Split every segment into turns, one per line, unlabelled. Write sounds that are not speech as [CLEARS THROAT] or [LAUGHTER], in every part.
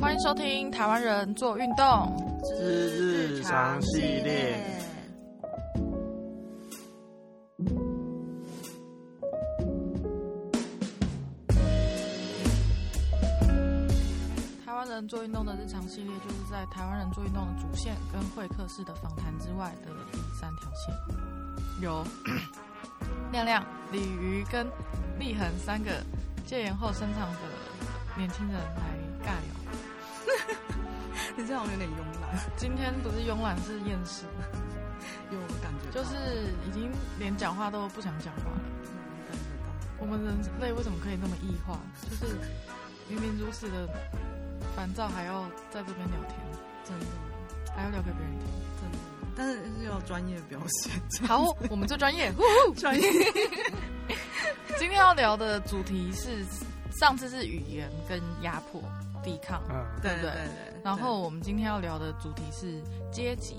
欢迎收听《台湾人做运动》。
日常系列。
台湾人做运动的日常系列，就是在台湾人做运动的主线跟会客室的访谈之外的第三条线，由 [CLEARS THROAT] 亮亮、鲤鱼跟立恒三个戒严后生长的年轻人来尬聊。
你这样有点慵懒，
今天不是慵懒，是厌
[LAUGHS]
世，
有感觉到
就是已经连讲话都不想讲话了。
有嗯感觉到
我们人类为什么可以那么异化？就是明明如此的烦躁，还要在这边聊天，
真的
还要聊给别人
[LAUGHS]
听。
真的，但是是要专业表现，
好，我们最专
[LAUGHS]
业。呼
专业
[LAUGHS] 今天要聊的主题是，上次是语言跟压迫、抵抗，
嗯，
对
对
对啊对，
然后我们今天要聊的主题是阶级，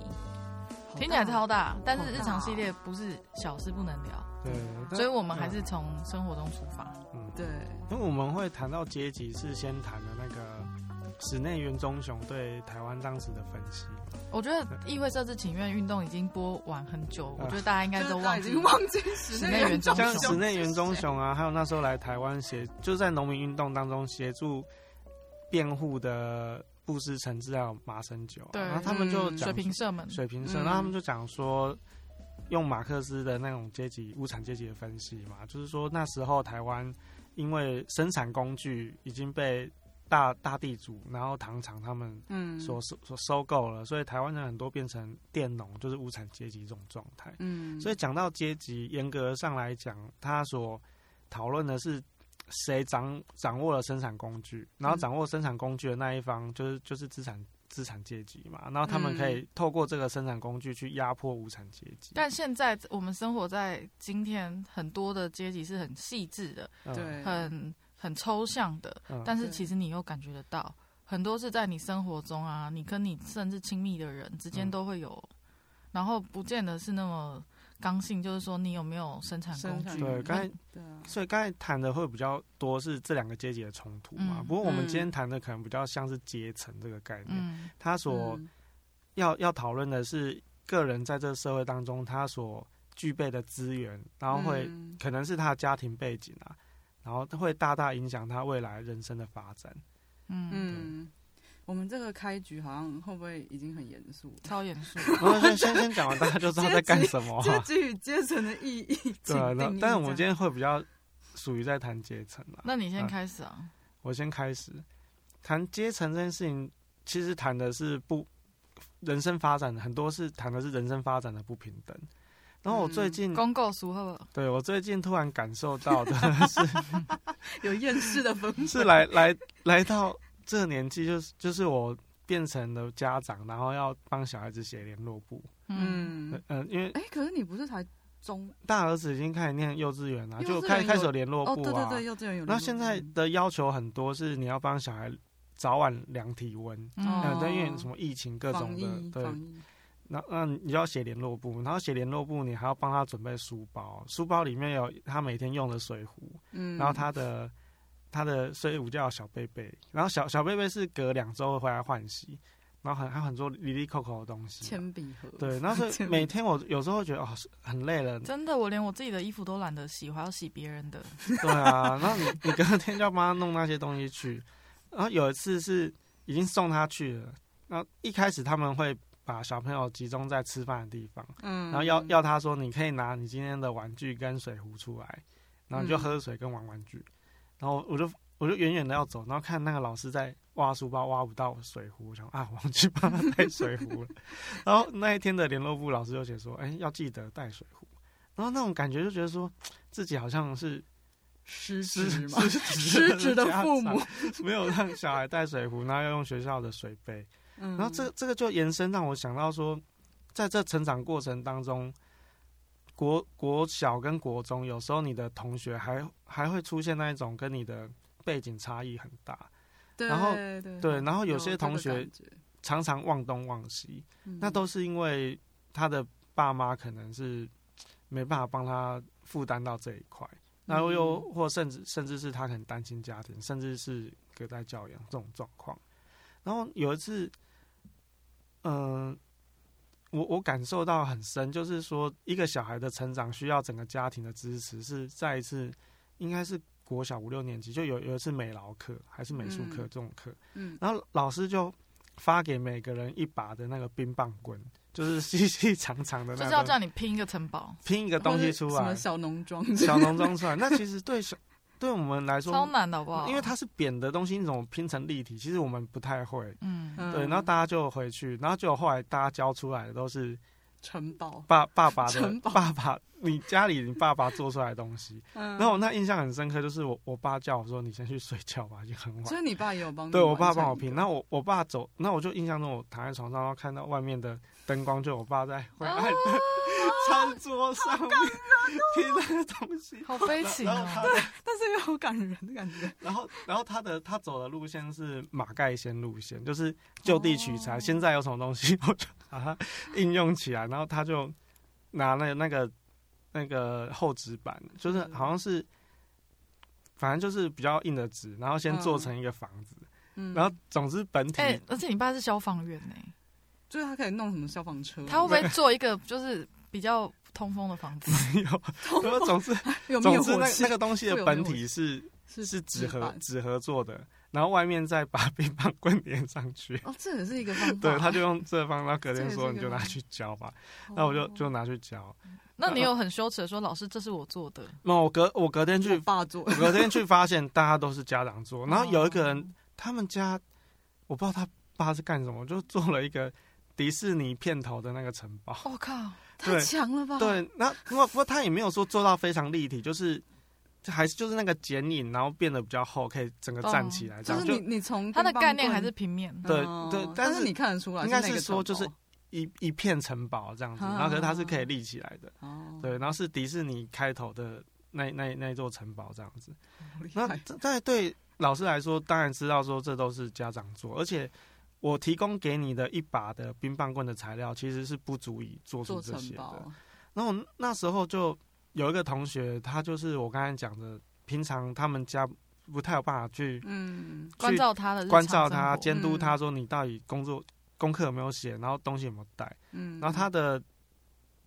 对
听起来超大，但是
好大
日
哦
常系列不是小事不能聊，
对，但
所以我们还是从生活中出发。
嗯，
对
因为我们会谈到阶级，是先谈的那个室内原忠雄对台湾当时的分析。
我觉得议会设置请愿运动已经播完很久，我觉得大家应该
就是
都
大家
忘
已
记
经忘记室内原装
忠
像
雄
室内原忠雄啊，还有那时候来台湾协，就在农民运动当中协助辩护的布施陈志还有马生九啊、
对
然后他们就
嗯
讲
水平社们，
水平社，
嗯
那他们就讲说，用马克思的那种阶级无产阶级的分析嘛，就是说那时候台湾因为生产工具已经被大大地主，然后糖厂他们
嗯
所收所收购了，所以台湾人很多变成佃农，就是无产阶级这种状态。
嗯
所以讲到阶级，严格上来讲，他所讨论的是谁掌掌握了生产工具，然后
嗯
掌握生产工具的那一方就是就是资产资产阶级嘛，然后他们可以透过这个生产工具去压迫无产阶级。
嗯但现在我们生活在今天，很多的阶级是很细致的，
嗯，
对
很很抽象的，
嗯
但是
对
其实你又感觉得到，很多是在你生活中啊，你跟你甚至亲密的人之间
嗯
都会有，然后不见得是那么刚性，就是说你有没有生产工
生产
具？
工
对，
具
刚才
对啊
所以刚才谈的会比较多是这两个阶级的冲突嘛，
嗯
不过我们
嗯
今天谈的可能比较像是阶层这个概念，
嗯
他所
嗯
要要讨论的是个人在这社会当中他所具备的资源，然后会、
嗯
可能是他的家庭背景啊，然后会大大影响他未来人生的发展。
嗯
嗯，我们这个开局好像会不会已经很严肃了？
超严肃。
然后先先先讲完，大家就知道在干什
[LAUGHS]
么、
阶
啊。
级与阶层的意义，
对啊，
请
那
定义
但是我们
这
今天
样
会比较属于在谈阶层啦。
那你先
嗯
开始啊，
我先开始谈阶层这件事情，其实谈的是不人生发展，很多是谈的是人生发展的不平等。然后我最
嗯
近、
公告俗好不好？
对我最近突然感受到的 [LAUGHS] 是
有厌世的氛围，
是来来来到这个年纪，就是就是我变成了家长，然后要帮小孩子写联络簿。
嗯，
嗯
嗯、，呃，因为
哎，可是你不是才中
大儿子已经开始念幼稚园了，
幼稚园
就开
有
开始有联络
哦，
簿
对
啊。
对对，幼稚园有联络簿。嗯
然后现在的要求很多是你要帮小孩早晚量体温，
嗯
嗯、
哦
对，因为什么疫情各
防
种
疫
的，对，
防疫，
那那你就要写联络簿，然后写联络簿，你还要帮他准备书包，书包里面有他每天用的水壶，
嗯，
然后他的他的睡午觉的小贝贝，然后小小贝贝是隔两周回来换洗，然后很还有很多里里扣扣的东西嘛。
铅笔盒，
对，然后所以
铅
每天我有时候会觉得哦是很累了，
真的，我连我自己的衣服都懒得洗，我还要洗别
[LAUGHS]
人的。
对啊，然后你你隔天就要帮他弄那些东西去，然后有一次是已经送他去了，然后一开始他们会把小朋友集中在吃饭的地方，
嗯，
然后要要他说你可以拿你今天的玩具跟水壶出来，然后你就
嗯
喝水跟玩玩具，然后我就我就远远的要走，然后看那个老师在挖书包挖不到水壶，我想啊忘记帮他带水壶了， [LAUGHS] 然后那一天的联络部老师就写说，哎要记得带水壶，然后那种感觉就觉得说自己好像是
失
失
职嘛，
失
失职的
家
父
长
母，
没有让小孩带水壶，然后要用学校的水杯，
然
然后这这个就延伸让我想到说，在这成长过程当中，国国小跟国中有时候你的同学还还会出现那一种跟你的背景差异很大，
对
然后
对
对然后有
有
些
这
同
个
学
感觉
常常忘东忘西，
嗯
那都是因为他的爸妈可能是没办法帮他负担到这一块。然后又
嗯
或甚至甚至是他很担心家庭，甚至是隔代教养这种状况。然后有一次，嗯、我我感受到很深，就是说一个小孩的成长需要整个家庭的支持，是再一次应该是国小五六年级就有有一次美劳课还是美术课这
嗯
种课，
嗯，
然后老师就发给每个人一把的那个冰棒棍，就是细细长长的
就
那
是要
个，
叫你拼一个城堡，
拼一个东西出
或者什
来
么，小农庄，
小农庄出来。那其实对小对我们来
超
说，
难的好不好？
因为它是扁的东西，那种拼成立体，其实我们不太会。
嗯，
嗯
对，然后大家就回去，然后就后来大家教出来的都是
城堡，
爸爸爸的
城堡
爸爸，你家里你爸爸做出来的东西。
嗯
然后我那印象很深刻，就是我我爸叫我说你先去睡觉吧，已经很晚
所
了。
以你爸也有帮你
对我爸
完成
帮我
一
拼，
个
那我我爸走，那我就印象中我躺在床上，然后看到外面的灯光，就我爸在灰暗
哦
的 [LAUGHS] 餐桌上面拼那个东西，
好悲情
然 [LAUGHS] 后他
哦。
的
但是又好感人的感觉，
然后， [LAUGHS] 然后他的他走的路线是马盖先路线，就是就地取
哦
材。现在有什么东西， [LAUGHS] 我就把它应用起来。然后他就拿那那个那个厚纸板，就是
嗯
好像是，反正就是比较硬的纸，然后先
嗯
做成一个房子。
嗯，
然后，总之本体、
哎、而且你爸是消防员呢、
就是他可以弄什么消防车，
他会不会做一个就是比较通风的房
[LAUGHS]
子？
没有，然后总之
有没
总
有
之那
火
个
气
那？个东西
会
的
有
本
灭火
体是
是
是纸
纸
盒
板
纸盒做的，然后外面再把 [LAUGHS] 乒乓棍连上去。
哦，这也是一个方法。
对，他就用这方，然后隔
这
天
也
说
是
你
个
就拿
方
去交吧，
哦，
那我就就拿去交。
那你有很羞耻的说，老师，这是我做
[LAUGHS]
的，
那我隔我隔天去，
[LAUGHS] 我爸做
我，隔天去发现大家都是家长做，然后有一个人
哦
他们家我不知道他爸是干什么，就做了一个迪士尼片头的那个城堡。
哦
我、靠，
太
对
强了吧？，
对，那不过不过他也没有说做到非常立体，就是还是就是那个剪影，然后变得比较厚，可以整个站起来这
哦
样。
就是
就
你你从
它的
冰棒
概念还
棍
是平面。
对
哦
对但
但
是
你看得出来，
应该
那
是
个
说
城
就是
堡
一一片城堡这样子，
啊
然后可是它是可以立起来的，
哦，
对，然后是迪士尼开头的那那那座城堡这样子。
好厉
那
害
这在对老师来说，当然知道说这都是家长做，而且我提供给你的一把的冰棒棍的材料，其实是不足以做出
做
这
城
些的。
堡，
然后我那时候就有一个同学，他就是我刚才讲的，平常他们家不太有办法去
嗯，
关照他的日常
关照他、
生活嗯
监督他，说你到底工作功课有没有写，然后东西有没有带，
嗯，
然后他的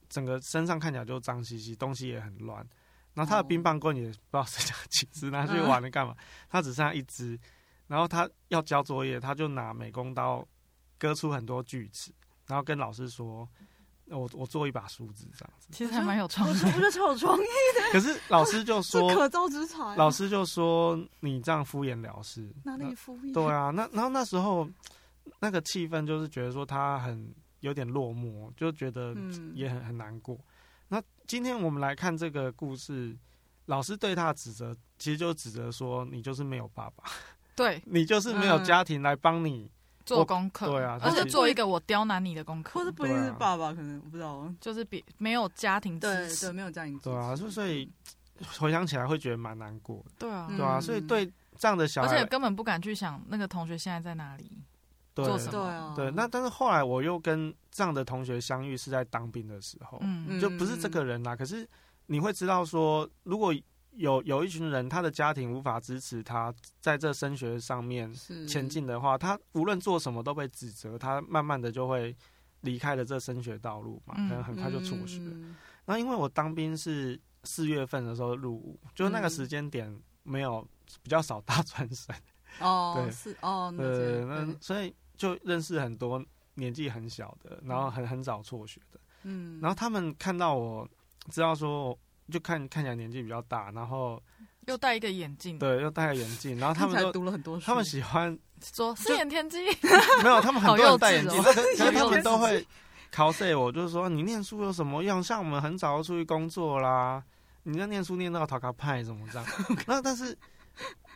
整个身上看起来就脏兮兮，东西也很乱。然后他的
哦嗯
冰棒棍也不知道 [LAUGHS] 是家几只拿去玩了干嘛，他只剩下一只。然后他要交作业，他就拿美工刀割出很多锯齿，然后跟老师说：“我我做一把梳子这样子。
其实还蛮有创
[LAUGHS]
我
意
这。不是超有创意，”
可是老师
[LAUGHS]
就
是
说
可造之材啊，：“
老师就说你这样敷衍了事。”
哪里敷衍？
对啊，那然后那时候那个气氛就是觉得说他很有点落寞，就觉得
嗯
也很很难过。那今天我们来看这个故事，老师对他的指责其实就指责说你就是没有爸爸， [LAUGHS]
对，
你就是没有
嗯
家庭来帮你。
做功课，
对啊
而
他
且
其实
做一个我刁难你的功
或者
课，
不一定是
对啊
爸爸，可能我不知道哦。
就是比没有家庭
对
支
对，
持，
没有家庭支持。
对啊，所以所以回想起来会觉得蛮难过的，
对啊，
嗯
对啊，所以对这样的小
而
孩
且，根本不敢去想那个同学现在在哪里，
对
做什
对啊，
对，那但是后来我又跟这样的同学相遇是在当兵的时候，
嗯
就不是这个人啊啦。可是你会知道说，如果有有一群人，他的家庭无法支持他在这升学上面
是
前进的话，他无论做什么都被指责，他慢慢的就会离开了这升学道路嘛，
嗯
可能很快就辍学。
嗯
然后因为我当兵是四月份的时候入伍，就是那个
嗯
时间点没有比较少大专生，
哦，
对
是
[LAUGHS]
哦，那这
对，
样
那所以就认识很多年纪很小的，然后很很早辍学的。
嗯，
然后他们看到我，知道说我就看看起来年纪比较大，然后
又戴一个眼镜，
对又戴个眼镜，然后他
嗯看起
们
来
都
读了很多书，
他们喜欢
说四眼天机，
[LAUGHS] 没有，他们很
好
多
幼
人戴
稚
眼
[LAUGHS]
镜，
哦
可是可是
好
他
幼
们都
稚
会 cos 我，就是说你念书有什么用？像我们很早就出去工作啦，你在念书念到塔卡派什
[LAUGHS]
么这样，那但是。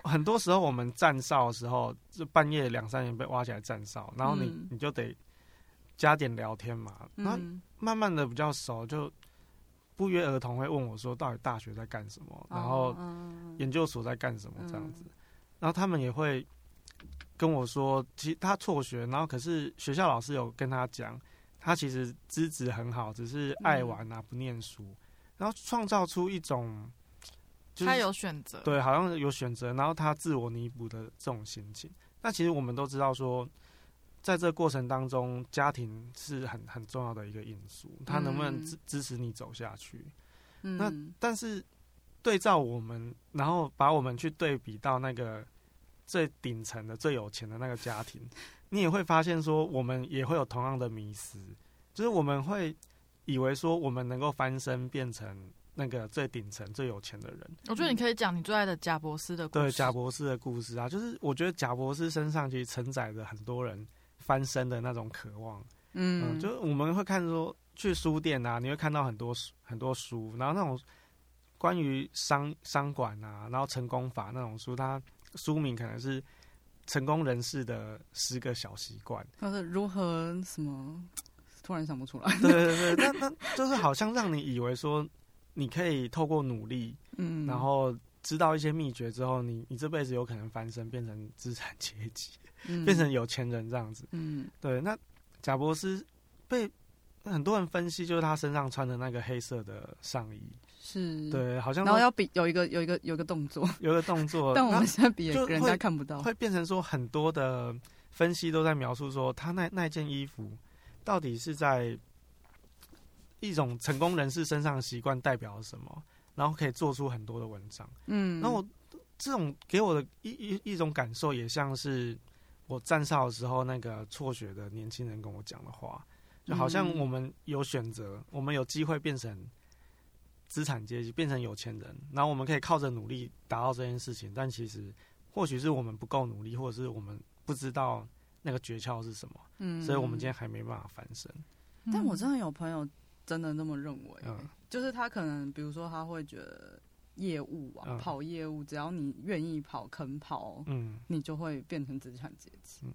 很多时候我们站哨的时候，就半夜两三点被挖起来站哨，然后你、
嗯
你就得加点聊天嘛。然后
嗯
慢慢的比较熟，就不约而同会问我说，到底大学在干什么，然后
哦嗯
研究所在干什么这样
嗯
子。然后他们也会跟我说，其实他辍学，然后可是学校老师有跟他讲，他其实资质很好，只是爱玩啊，不念书，然后创造出一种就是
他有选择，
对，好像有选择，然后他自我弥补的这种心情。那其实我们都知道说，在这过程当中，家庭是很很重要的一个因素，他能不能
嗯
支支持你走下去？那
嗯，
但是对照我们，然后把我们去对比到那个最顶层的、最有钱的那个家庭， [LAUGHS] 你也会发现说，我们也会有同样的迷失，就是我们会以为说，我们能够翻身变成那个最顶层、最有钱的人。
我觉得你可以讲你最爱的贾博士的故事。
对贾博士的故事啊，就是我觉得贾博士身上其实承载着很多人翻身的那种渴望。嗯，
嗯，
就是我们会看说去书店啊，你会看到很多书很多书，然后那种关于商商管啊，然后成功法那种书，它书名可能是成功人士的十个小习惯。
他是如何什么，突然想不出
[LAUGHS]
来，
[LAUGHS] 对对对，那那就是好像让你以为说你可以透过努力，
嗯，
然后知道一些秘诀之后，你你这辈子有可能翻身变成资产阶级。
嗯
变成有钱人这样子。
嗯
对，那贾博斯被很多人分析，就是他身上穿的那个黑色的上衣，
是，，
对，好像
嗯然后要比有一个有一个有一个动作，
有一个动作，
[LAUGHS] 但我们现在比
就
人
会
家看不
那
到，
会变成说很多的分析都在描述说他那那件衣服到底是在一种成功人士身上的习惯代表了什么，然后可以做出很多的文章。
嗯，
那我这种给我的一一一种感受，也像是我站哨的时候那个辍学的年轻人跟我讲的话，就好像
嗯
我们有选择，我们有机会变成资产阶级，变成有钱人，然后我们可以靠着努力达到这件事情，但其实或许是我们不够努力，或者是我们不知道那个诀窍是什么，
嗯，
所以我们今天还没办法翻身。
嗯，
但我真的有朋友真的那么认为、
嗯
就是他可能比如说他会觉得业务啊，
嗯
跑业务，只要你愿意跑、肯跑，
嗯，
你就会变成资产阶级。
嗯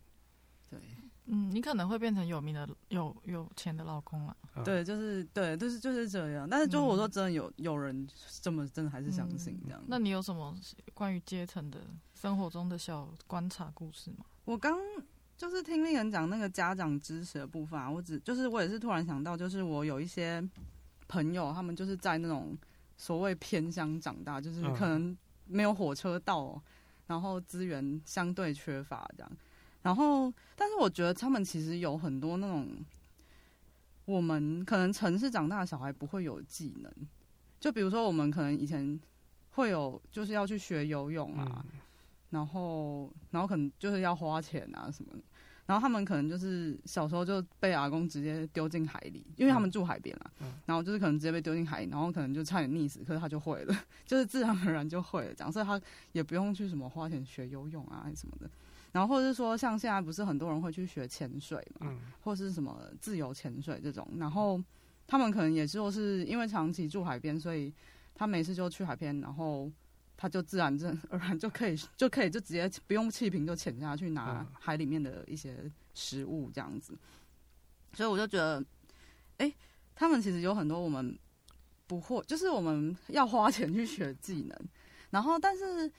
对
嗯，你可能会变成有名的、有有钱的老公了。
嗯
对，就是对，就是就是这样。但是就
嗯
我说真的有有人这么真的还是相信
嗯
这样。
那你有什么关于阶层的生活中的小观察故事吗？
我刚就是听丽人讲那个家长支持的部分啊，我只就是我也是突然想到，就是我有一些朋友，他们就是在那种所谓偏乡长大，就是
嗯
可能没有火车到、然后资源相对缺乏这样。然后，但是我觉得他们其实有很多那种我们可能城市长大的小孩不会有技能，就比如说我们可能以前会有就是要去学游泳啊，
嗯
然后然后可能就是要花钱啊什么的。然后他们可能就是小时候就被阿公直接丢进海里，因为他们住海边啦、
嗯
然后就是可能直接被丢进海里，然后可能就差点溺死，可是他就会了， [LAUGHS] 就是自然而然就会了这样，所以他也不用去什么花钱学游泳啊还是什么的。然后或者是说，像现在不是很多人会去学潜水嘛，
嗯
或是什么自由潜水这种，然后他们可能也就是因为长期住海边，所以他没事就去海边，然后他就 [LAUGHS] 自然自而然就可以就可以就直接不用气瓶就潜下去拿
嗯
海里面的一些食物这样子，所以我就觉得，哎、他们其实有很多我们不会，就是我们要花钱去学技能，然后但是。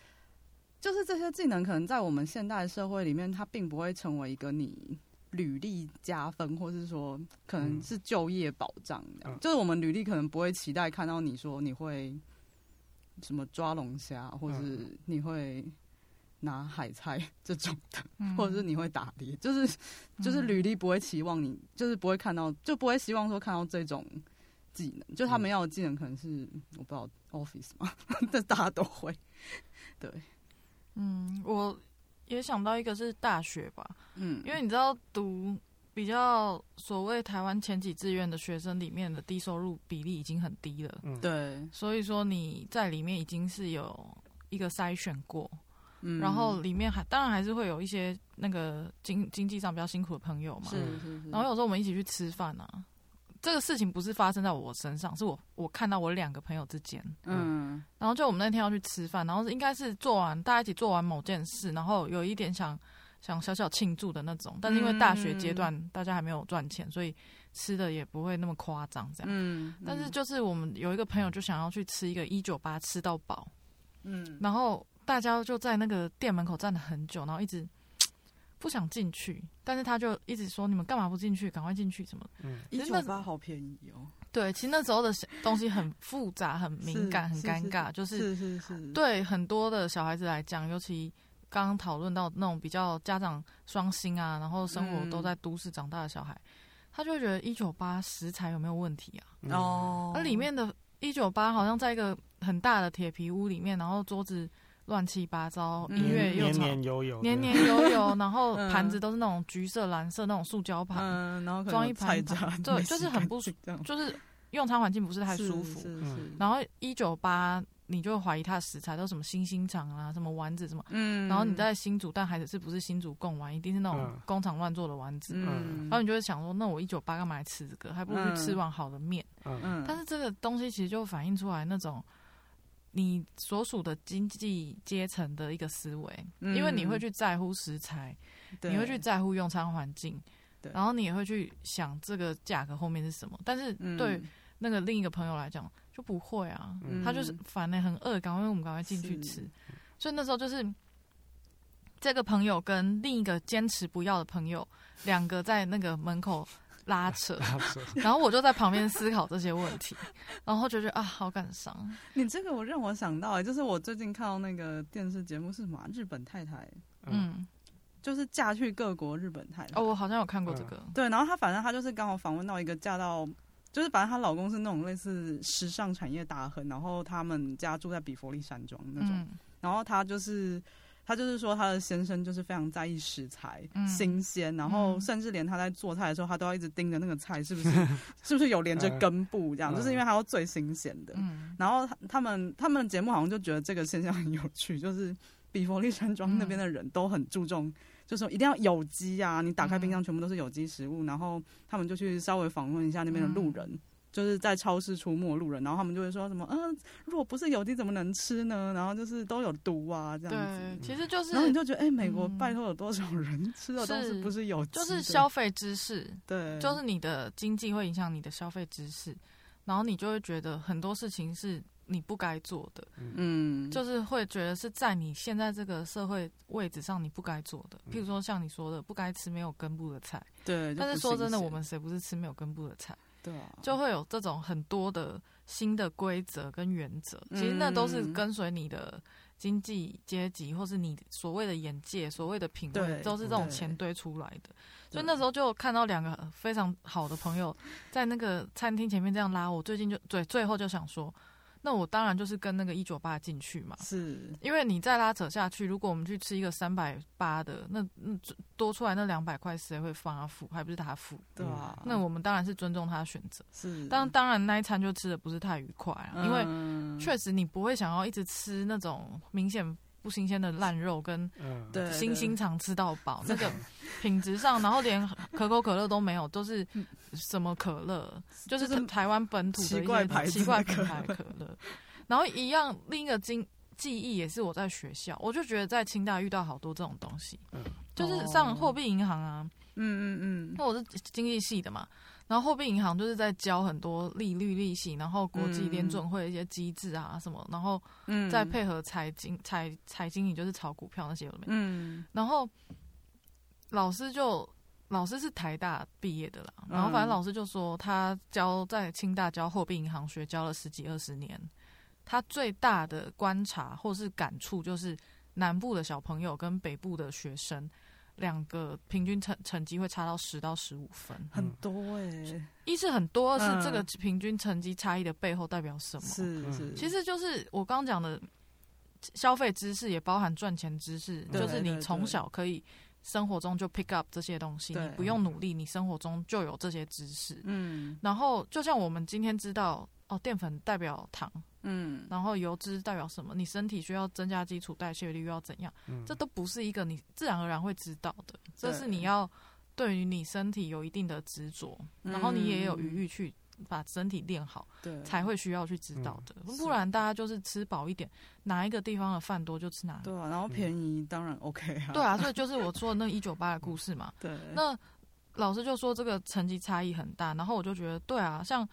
就是这些技能，可能在我们现代社会里面，它并不会成为一个你履历加分，或是说可能
嗯
是就业保障这样
嗯
就是我们履历可能不会期待看到你说你会什么抓龙虾，或
嗯
是你会拿海菜 [LAUGHS] 这种的，
嗯
或者是你会打猎，就是
嗯
就是履历不会期望你，就是不会看到，就不会希望说看到这种技能，就他
嗯
们要的技能可能是我不知道 office [LAUGHS] 嘛，但大家都会，对，
嗯，我也想到一个是大学吧，
嗯，
因为你知道读比较所谓台湾前几志愿的学生里面的低收入比例已经很低了，
嗯，
对，
所以说你在里面已经是有一个筛选过，
嗯，
然后里面还当然还是会有一些那个经经济上比较辛苦的朋友嘛，
是是是，
然后有时候我们一起去吃饭啊。这个事情不是发生在我身上，是我我看到我两个朋友之间，
嗯
然后就我们那天要去吃饭，然后应该是做完大家一起做完某件事，然后有一点想想小小庆祝的那种，但是因为大学阶段
嗯
大家还没有赚钱，所以吃的也不会那么夸张这样。
嗯，
但是就是我们有一个朋友就想要去吃一个一九八吃到饱，
嗯
然后大家就在那个店门口站了很久，然后一直不想进去，但是他就一直说你们干嘛不进去，赶快进去什么的。
嗯
一
其实
九
那
八好便宜哦，
对，其实那时候的东西很复杂、很敏感、很
是
尴尬，就是
是是是，
对很多的小孩子来讲，尤其刚刚讨论到那种比较家长双薪啊，然后生活
嗯
都在都市长大的小孩，他就会觉得一九八食材有没有问题啊？
嗯，
哦，
那里面的一九八好像在一个很大的铁皮屋里面，然后桌子乱七八糟，
嗯
音乐又
年
吵，
年有有，
年年有有，然后
嗯
盘子都是那种橘色、蓝色那种塑胶盘，
嗯，然后可能
装一
有
盘
菜渣
盘，对
没事
就是很不
干这样，
就是用餐环境不是太舒服。
是是
嗯
是
然后一九八，你就会怀疑它的食材都是什么星星肠啊，什么丸子什么。
嗯
然后你在新竹，但还是不是新竹贡丸，一定是那种
嗯
工厂乱做的丸子。
嗯
然后你就会想说，那我一九八干嘛来吃这个？还不如去吃碗好的面。
嗯
嗯，
但是这个东西其实就反映出来那种你所属的经济阶层的一个思维，
嗯
因为你会去在乎食材，
对
你会去在乎用餐环境
对，
然后你也会去想这个价格后面是什么。但是
嗯
对那个另一个朋友来讲就不会啊，
嗯
他就是反正很饿，赶快我们赶快进去
是
吃。所以那时候就是这个朋友跟另一个坚持不要的朋友，两个在那个门口拉
[LAUGHS]
扯，然后我就在旁边思考这些问题，然后就觉得啊，好感伤。
你这个我让我想到、欸，就是我最近看到那个电视节目是什么啊、日本太太，
嗯
嗯，
就是嫁去各国日本太太。
哦，我好像有看过这个，
对，然后她反正她就是刚好访问到一个嫁到，就是反正她老公是那种类似时尚产业大亨，然后他们家住在比佛利山庄那种，
嗯
然后她就是。她就是说，她的先生就是非常在意食材、
嗯
新鲜，然后
嗯
甚至连她在做菜的时候，她都要一直盯着那个菜是不
[LAUGHS]
是是不是有连着根部这样，
嗯
就是因为她要最新鲜的。
嗯，
然后他他们他们节目好像就觉得这个现象很有趣，就是比佛利山庄那边的
嗯
人都很注重，就是说一定要有机啊，你打开
嗯
冰箱全部都是有机食物，然后他们就去稍微访问一下那边的
嗯
路人。就是在超市出没的路人，然后他们就会说什么，嗯、如果不是有机怎么能吃呢？然后就是都有毒啊，这样子。
对，其实就是
然后你就觉得，哎、美国
嗯
拜托有多少
[LAUGHS]
人吃的东西
是
不是有机
就
的？
是消费知识，
对，
就是你的经济会影响你的消费知识，然后你就会觉得很多事情是你不该做的，
嗯，
就是会觉得是在你现在这个社会位置上你不该做的，譬如说像你说的，不该吃没有根部的菜。
对。嗯就
但是
不
说真的，
新鲜
我们谁不是吃没有根部的菜？
对啊，
就会有这种很多的新的规则跟原则，其实那都是
嗯
跟随你的经济阶级，或是你所谓的眼界、所谓的品
对
味，都是这种
对
钱堆出来的。所以
对
那时候就看到两个非常好的朋友在那个餐厅前面这样拉我，最近就最最后就想说，那我当然就是跟那个一九八进去嘛。
是
因为你再拉扯下去，如果我们去吃一个三百八的，那那多出来那两百块谁会帮他付？还不是他付？
对啊，
嗯那我们当然是尊重他的选择。
是
但当然那一餐就吃的不是太愉快啊，因为
为
确实你不会想要一直吃那种明显不新鲜的烂肉跟
嗯，
对
新兴肠吃到饱，那个品质上，然后连可口可乐都没有，都是什么可乐，就是
就是
台湾本土的
奇怪
一
牌
些
子
奇怪
的
品
可
牌可乐，然后一样另一个经。记忆也是我在学校，我就觉得在清大遇到好多这种东西，
嗯
就是上
哦
货币银行啊，
嗯嗯
因为我是经济系的嘛，然后货币银行就是在教很多利率、利息，然后国际
嗯
联准会的一些机制啊什么，然后
嗯，
再配合财经、财财经理就是炒股票那些有的没的，
嗯
然后老师就老师是台大毕业的啦，
嗯
然后反正老师就说他教在清大教货币银行学教了十几二十年，他最大的观察或是感触就是南部的小朋友跟北部的学生。两个平均成成绩会差到十到十五分，
很多哎，
一是很多，二
嗯
是这个平均成绩差异的背后代表什么？
是是，
嗯其实就是我刚刚讲的消费知识，也包含赚钱知识，
对
就是你
对
从小可以生活中就 pick up 这些东西，
对
你不用努力，你生活中就有这些知识。
嗯
然后就像我们今天知道。哦，淀粉代表糖，
嗯
然后油脂代表什么？你身体需要增加基础代谢率，又要怎样？
嗯
这都不是一个你自然而然会知道的，这是你
对
要对于你身体有一定的执着，
嗯
然后你也有余裕去把身体练好，
对
才会需要去知道的。
嗯
不然大家就是吃饱一点，哪一个地方的饭多就吃哪里。
对啊，然后便宜当然 OK 啊，
嗯对啊，所以就是我说的那一九八的故事嘛。
对，
[LAUGHS] 那老师就说这个成绩差异很大，然后我就觉得对啊，像。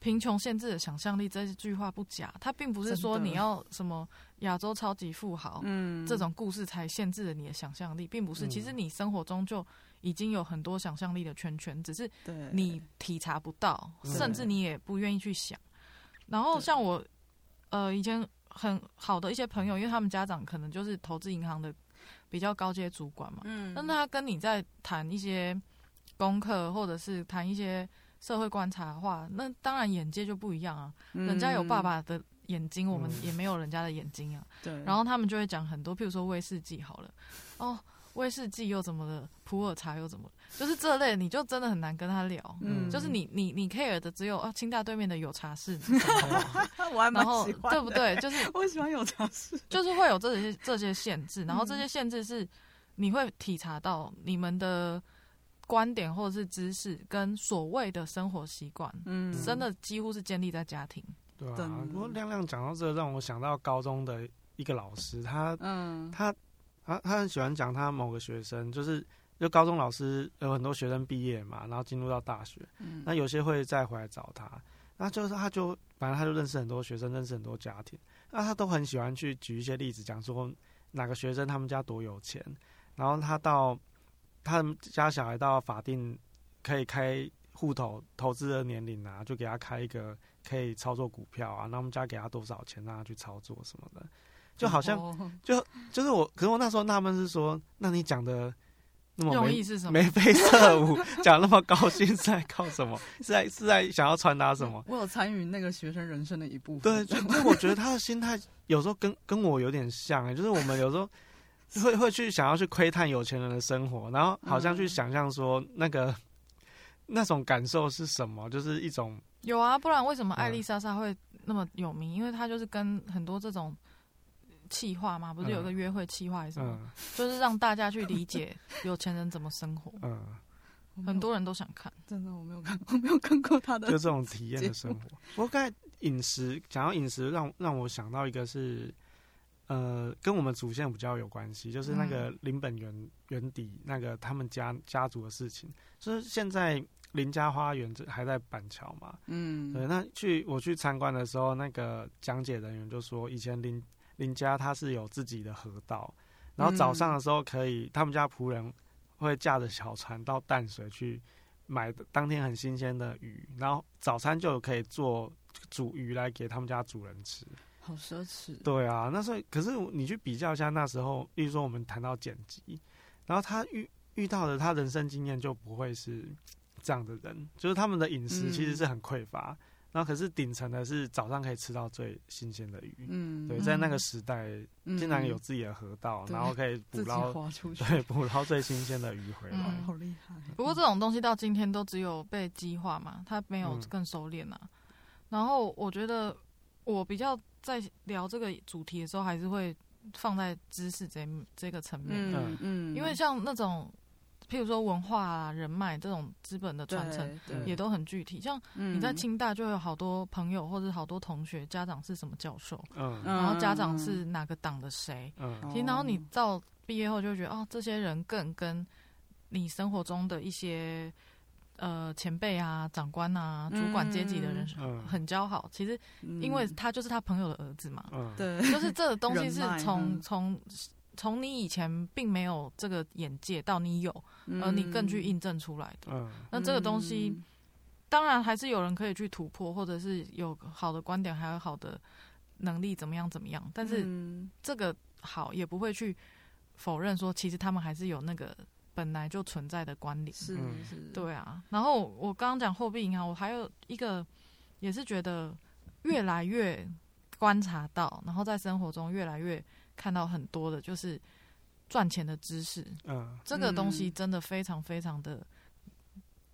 贫穷限制了想象力这句话不假，它并不是说
真的
你要什么亚洲超级富豪，
嗯
这种故事才限制了你的想象力，并不是。
嗯
其实你生活中就已经有很多想象力的圈圈，只是
对
你体察不到，
对
甚至你也不愿意去想。然后像我，呃，以前很好的一些朋友，因为他们家长可能就是投资银行的比较高阶主管嘛，
嗯
但他跟你在谈一些功课，或者是谈一些社会观察的话，那当然眼界就不一样啊。
嗯
人家有爸，爸的眼睛，我们
嗯
也没有人家的眼睛啊。
对，
然后他们就会讲很多，譬如说威士忌好了，哦，威士忌又怎么了，普洱茶又怎么了，就是这类，你就真的很难跟他聊。
嗯
就是你你你 care 的只有啊，清大对面的有茶室，你知道
啊
吗
[LAUGHS] 我还蛮
然后
喜欢，
对不？对？就是
[LAUGHS] 我喜欢有尝试，
就是会有这些这些限制，然后这些限制是你会体察到你们的观点或者是知识跟所谓的生活习惯，
嗯
真的几乎是建立在家庭。
对
真
啊
的。
不过亮亮讲到这，让我想到高中的一个老师，他
嗯
他他他很喜欢讲他某个学生，就是就高中老师有很多学生毕业嘛，然后进入到大学，
嗯
那有些会再回来找他，那就是他就反正他就认识很多学生，认识很多家庭，那他都很喜欢去举一些例子，讲说哪个学生他们家多有钱，然后他到他们家小孩到法定可以开户头投资的年龄啊，就给他开一个可以操作股票啊，那我们家给他多少钱让他去操作什么的，就好像
哦
就是我，可是我那时候纳闷是说，那你讲的那么
用
眉
意是什么？
眉飞色 [LAUGHS] 舞，讲那么高兴是在搞什么？是在是在想要传达什
啊
么？
我有参与那个学生人生的一部
[LAUGHS] 对，
分，
就
[LAUGHS]
就我觉得他的心态有时候跟跟我有点像、欸，就是我们有 [LAUGHS] 时候会会去想要去窥探有钱人的生活，然后好像去
嗯
想象说那个、那种感受是什么，就是一种
有啊，不然为什么艾丽莎莎会那么有名？因为她就是跟很多这种。气化嘛，不是有个约会气化还是什么？
嗯
就是让大家去理解有钱人怎么生活，
嗯，
我没有
很多人都想看。
真的我没有看， [LAUGHS] 我没有看过他的
就这种体验
节
的
目
生活。不过刚才饮食讲到饮食让，让我想到一个是，呃，跟我们祖先比较有关系，就是那个林本源源底那个他们家家族的事情。就是现在林家花园这还在板桥嘛？对，
嗯
那去我去参观的时候，那个讲解人员就说，以前林林家他是有自己的河道，然后早上的时候可以，他们家仆人会驾着小船到淡水去买当天很新鲜的鱼，然后早餐就可以做煮鱼来给他们家主人吃。
好奢侈，
对啊，那时候可是你去比较一下那时候，例如说我们谈到剪辑，然后他遇遇到的他人生经验就不会是这样的人，就是他们的饮食
嗯
其实是很匮乏，然后可是顶层的是早上可以吃到最新鲜的鱼。
嗯
对，
嗯
在那个时代，
嗯
竟然有自己的河道，
对
然后可以捕
自己
捞，
划出去，
对，捕捞最新鲜的鱼回来。
哇
嗯
好厉害，
不过这种东西到今天都只有被激化嘛，它没有
嗯
更收敛啊。然后我觉得我比较在聊这个主题的时候，还是会放在知识这这个层面，
嗯嗯，
因为像那种譬如说文化啊、人脉这种资本的传承。
对
也都很具体，像
嗯
你在清大就有好多朋友或者好多同学，家长是什么教授，
嗯
嗯
然后家长是哪个党的谁，
嗯
其实，然后你
哦
到毕业后就会觉得，哦，这些人更跟你生活中的一些呃前辈啊、长官啊、主管阶级的人
嗯
嗯
很交好。其实，因为他就是他朋友的儿子嘛，
嗯，
对，
就是
[LAUGHS]
这个东西是
人脉
从
嗯
从从你以前并没有这个眼界到你有，而
嗯
呃你更去印证出来的。
嗯
那这个东西，当然还是有人可以去突破，或者是有好的观点，还有好的能力，怎么样怎么样。但
但
是
嗯
这个好，也不会去否认说，其实他们还是有那个本来就存在的关联。
是
嗯
是，
对啊。然后我刚刚讲货币银行，我还有一个也是觉得越来越观察到，然后在生活中越来越看到很多的，就是赚钱的知识。
嗯
这个东西真的非常非常的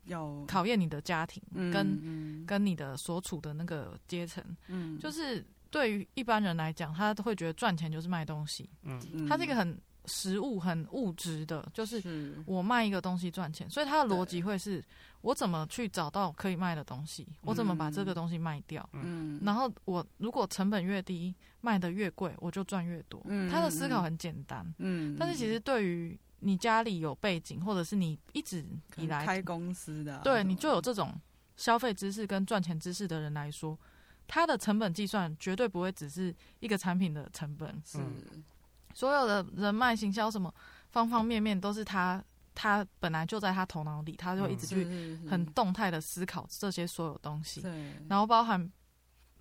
要
考验你的家庭，
嗯
跟
跟
跟你的所处的那个阶层。
嗯
就是对于一般人来讲，他会觉得赚钱就是卖东西，
嗯
它是一个很实物、很物质的，就是
是
我卖一个东西赚钱，所以它的逻辑会是我怎么去找到可以卖的东西，我怎么把这个东西卖掉，
嗯
然后我如果成本越低，卖的越贵，我就赚越多。
嗯
他的思考很简单，
嗯
但是其实对于你家里有背景，或者是你一直以
来
来
开公司的啊，
对
什么
你就有这种消费知识跟赚钱知识的人来说。它的成本计算绝对不会只是一个产品的成本，
是
嗯
所有的人脉行销什么方方面面都是他他本来就在他头脑里，他就一直去
嗯是是
很动态的思考这些所有东西，
对，
然后包含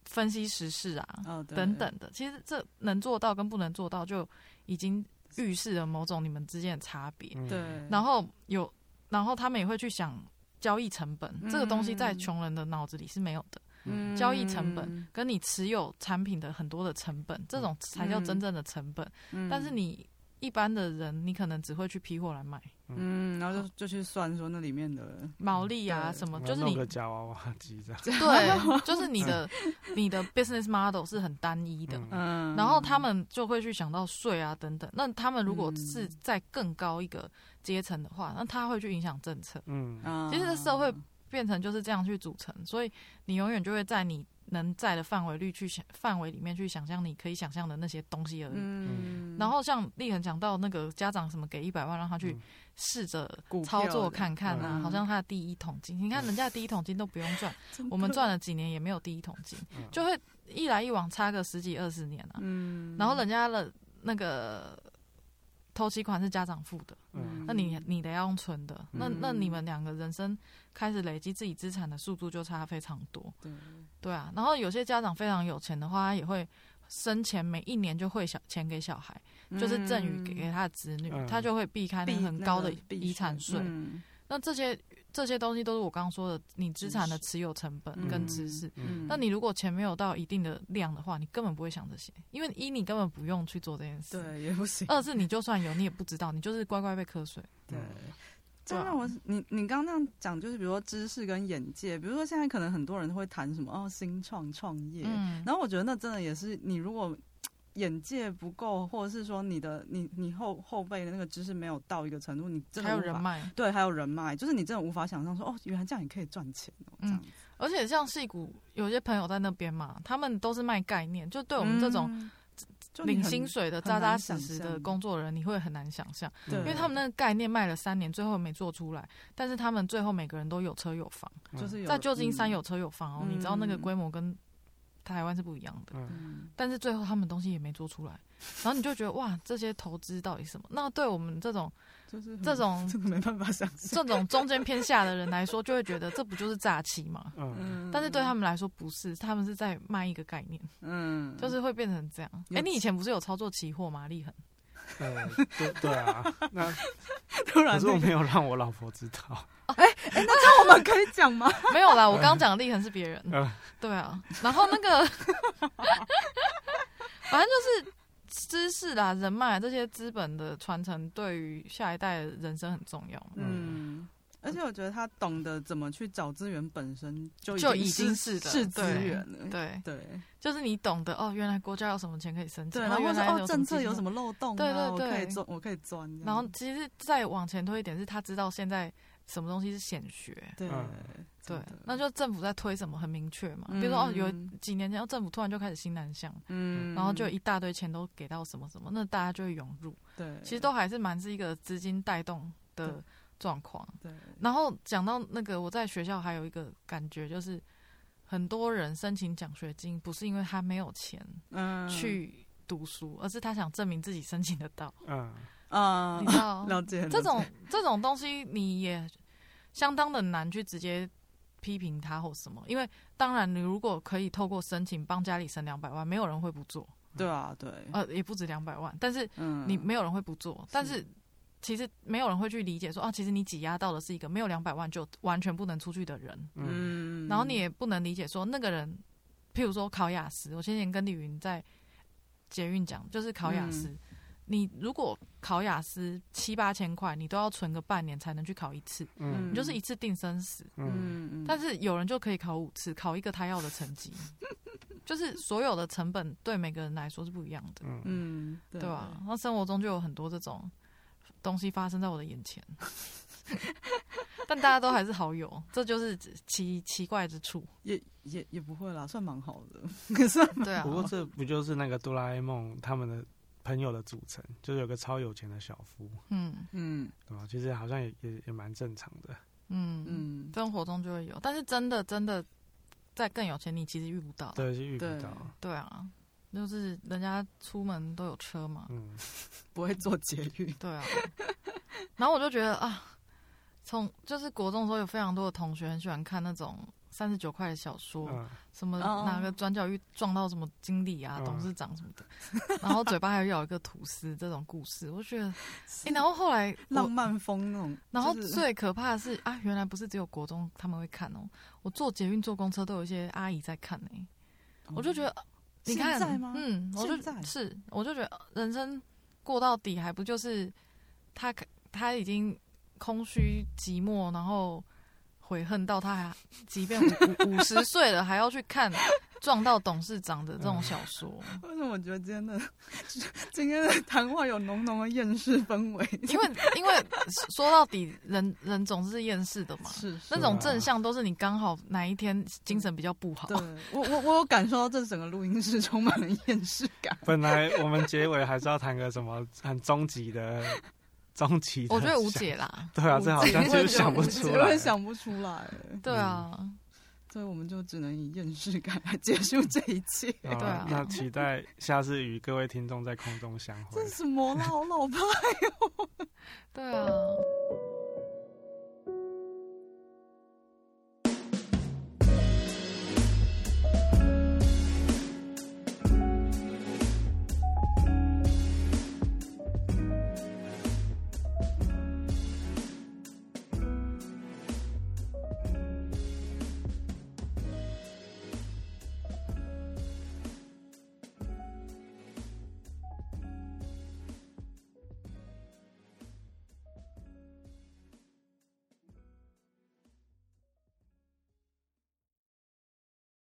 分析时事啊
哦对
等等的。其实这能做到跟不能做到就已经预示了某种你们之间的差别。
嗯
对，
然后有，然后他们也会去想交易成本，这个东西在
嗯
穷人的脑子里是没有的。
嗯
交易成本跟你持有产品的很多的成本，这种才叫真正的成本。
嗯，
但是你一般的人，你可能只会去批货来买
嗯，然后就就去算说那里面的
毛利啊
对
什么，
我要
就是
弄
你
个夹娃娃机这样， [LAUGHS]
对，就是你的你的 business model 是很单一的。
嗯
嗯，
然后他们就会去想到税啊等等，那他们如果
嗯
是在更高一个阶层的话，那他会去影响政策，
嗯
啊，
其实这社会变成就是这样去组成，所以你永远就会在你能在的范围率去想范围里面去想象你可以想象的那些东西而已。
嗯，
然后像立恒讲到那个家长什么给一百万让他去
嗯
试着
股票
操
的
作看看啊，
嗯
好像他的第一桶金，你看人家的第一桶金都不用
[LAUGHS]
赚，我们，赚了几年也没有第一桶金，
嗯
就会一来一往差个十几二十年啊。
嗯，
然后人家的那个头期款是家长付的，
嗯
那你你得要用存的，那
嗯
那你们两个人生开始累积自己资产的速度就差非常多，
对，
对啊。然后有些家长非常有钱的话，他也会生前每一年就汇小钱给小孩，就是赠与给给他的子女，
嗯
他就会避开那
避
个很高的
那个避
遗产税。
嗯
那这些这些东西都是我刚刚说的，你资产的持有成
嗯
本跟知识。
嗯
那你如果钱没有到一定的量的话，你根本不会想这些，因为一你根本不用去做这件事。
对也不行，
二是你就算有，你也不知道，你就是乖乖被瞌睡。
对
嗯，
这
对啊
让我你你刚刚那样讲，就是比如说知识跟眼界，比如说现在可能很多人会谈什么哦新创创业，
嗯，
然后我觉得那真的也是你如果眼界不够，或者是说你的你你后后辈的那个知识没有到一个程度，你真的
还有
无法
人脉，
对，还有人脉，就是你真的无法想象说哦，原来这样也可以赚钱哦，这样子
而且像戏骨有些朋友在那边嘛，他们都是卖概念，就对我们这种
嗯就你
领
很
薪水的、
很
扎扎
难
实
想
实
象
的工作人，你会很难想象，
对
因为他们那个概念卖了三年，最后没做出来，但是他们最后每个人都有车有房，
就是有
在旧金山
嗯
有车有房哦，你知道那个规模跟台湾是不一样的。
嗯
嗯
但是最后他们东西也没做出来，然后你就觉得哇，这些投资到底是什么？那对我们这种
就是很
这种
[LAUGHS] 真的没办法想象，
这种中间偏下的人来说，就会觉得这不就是诈欺吗？
嗯
嗯
[LAUGHS] 但是对他们来说不是，他们是在卖一个概念，
嗯
就是会变成这样。哎、
有
你以前不是有操作期货吗？立恒，
呃对对
[LAUGHS]
啊，那
[LAUGHS] 突然
可是我
那个哎
没有让我老婆知道，
我们可以讲
[LAUGHS]
吗？
[LAUGHS] 没有啦，我刚讲的立恒是别人
嗯，
对啊。然后那个， [LAUGHS] 反正就是知识啦、人脉啊这些资本的传承，对于下一代的人生很重要。
嗯，而且我觉得他懂得怎么去找资源，本身就
就
已
已经是
是
的
是资
对
源了。
对，
对
就是你懂得哦，原来国家有什么钱可以申请，
对，
然
然
后
后或
原
者
来
哦，政策
有
有什
么
么漏洞啊，
对对
我可以
对
钻，我可以钻这
计划，
样。
然后其实再往前推一点，是他知道现在什么东西是显学，
对
嗯
对
真的，
那就政府在推什么很明确嘛，
嗯
比如说哦，有几年前政府突然就开始新南向，
嗯
然后就一大堆钱都给到什么什么，那大家就会涌入，
对，
其实都还是蛮是一个资金带动的
对
状况。
对，
然后讲到那个，我在学校还有一个感觉就是，很多人申请奖学金不是因为他没有钱
嗯
去读书，而是他想证明自己申请得到。
嗯
啊
你，知
[LAUGHS]
道
了解了
这
解
种这种东西，你也相当的难去直接批评他或什么，因为当然你如果可以透过申请帮家里省两百万，没有人会不做，
对啊，对，
呃，也不止两百万，但是
嗯，
你没有人会不做，但是。其实没有人会去理解说啊，其实你挤压到的是一个没有两百万就完全不能出去的人，
嗯
嗯，
然后你也不能理解说那个人，譬如说考雅思，我先前跟李云在捷运讲，就是考雅思，
嗯
你如果考雅思七八千块，你都要存个半年才能去考一次，
嗯
你就是一次定生死。
嗯
嗯嗯，
但是有人就可以考五次，考一个他要的成绩，就是所有的成本对每个人来说是不一样的，
嗯嗯，
嗯，对
对啊吧？然后生活中就有很多这种东西发生在我的眼前， [LAUGHS] 但大家都还是好友，这就是奇奇怪之处。
也也也不会啦，算蛮好的，可是
对啊
不，过这不就是那个哆啦 A 梦他们的朋友的组成，就是有个超有钱的小夫，
嗯
嗯
对吧？其实好像也也也蛮正常的，
嗯嗯，
嗯，
生活中就会有，但是真的真的在更有钱，你其实遇不到。
对，是遇不
对
到，
对啊，就是人家出门都有车嘛。
嗯
不会做捷
[LAUGHS]
运，
对啊，然后我就觉得啊，从就是国中的时候有非常多的同学很喜欢看那种三十九块的小说，
嗯，
什么
哦
哪个转角遇撞到什么经理啊、
嗯
董事长什么的， [LAUGHS] 然后嘴巴还咬一个吐司这种故事，我觉得，哎，然后后来
浪
我，
漫风那种，
然后
就是
最可怕的是啊，原来不是只有国中他们会看哦，我坐捷运、坐公车都有一些阿姨在看呢，
哦
我就觉得，嗯你看，
现在吗
嗯，我
现在
就，是，我就觉得人生过到底还不就是他他已经空虚寂寞，然后悔恨到他还即便五五
[LAUGHS]
十岁了还要去看撞到董事长的这种小说，
为什么我觉得今天的 [LAUGHS] 今天的谈话有浓浓的厌世氛围？
[LAUGHS]
[LAUGHS]
因为因为说到底人人总是厌世的嘛，
是是
那种正向都是你刚好哪一天精神比较不好
对，我我我有感受到这整个录音室充满了厌世感。
本来我们结尾还是要谈个什么很终极的终极
[LAUGHS]
的，
我觉得无，解啦，
[LAUGHS] 对啊，这好像就是想不出
我
来
也，想不出来，
对啊。
所以我们就只能以厌世感来结束这一切。
嗯
对啊
那期待下次与各位听众在空中相会
这。是什么啦？好老派。
对啊，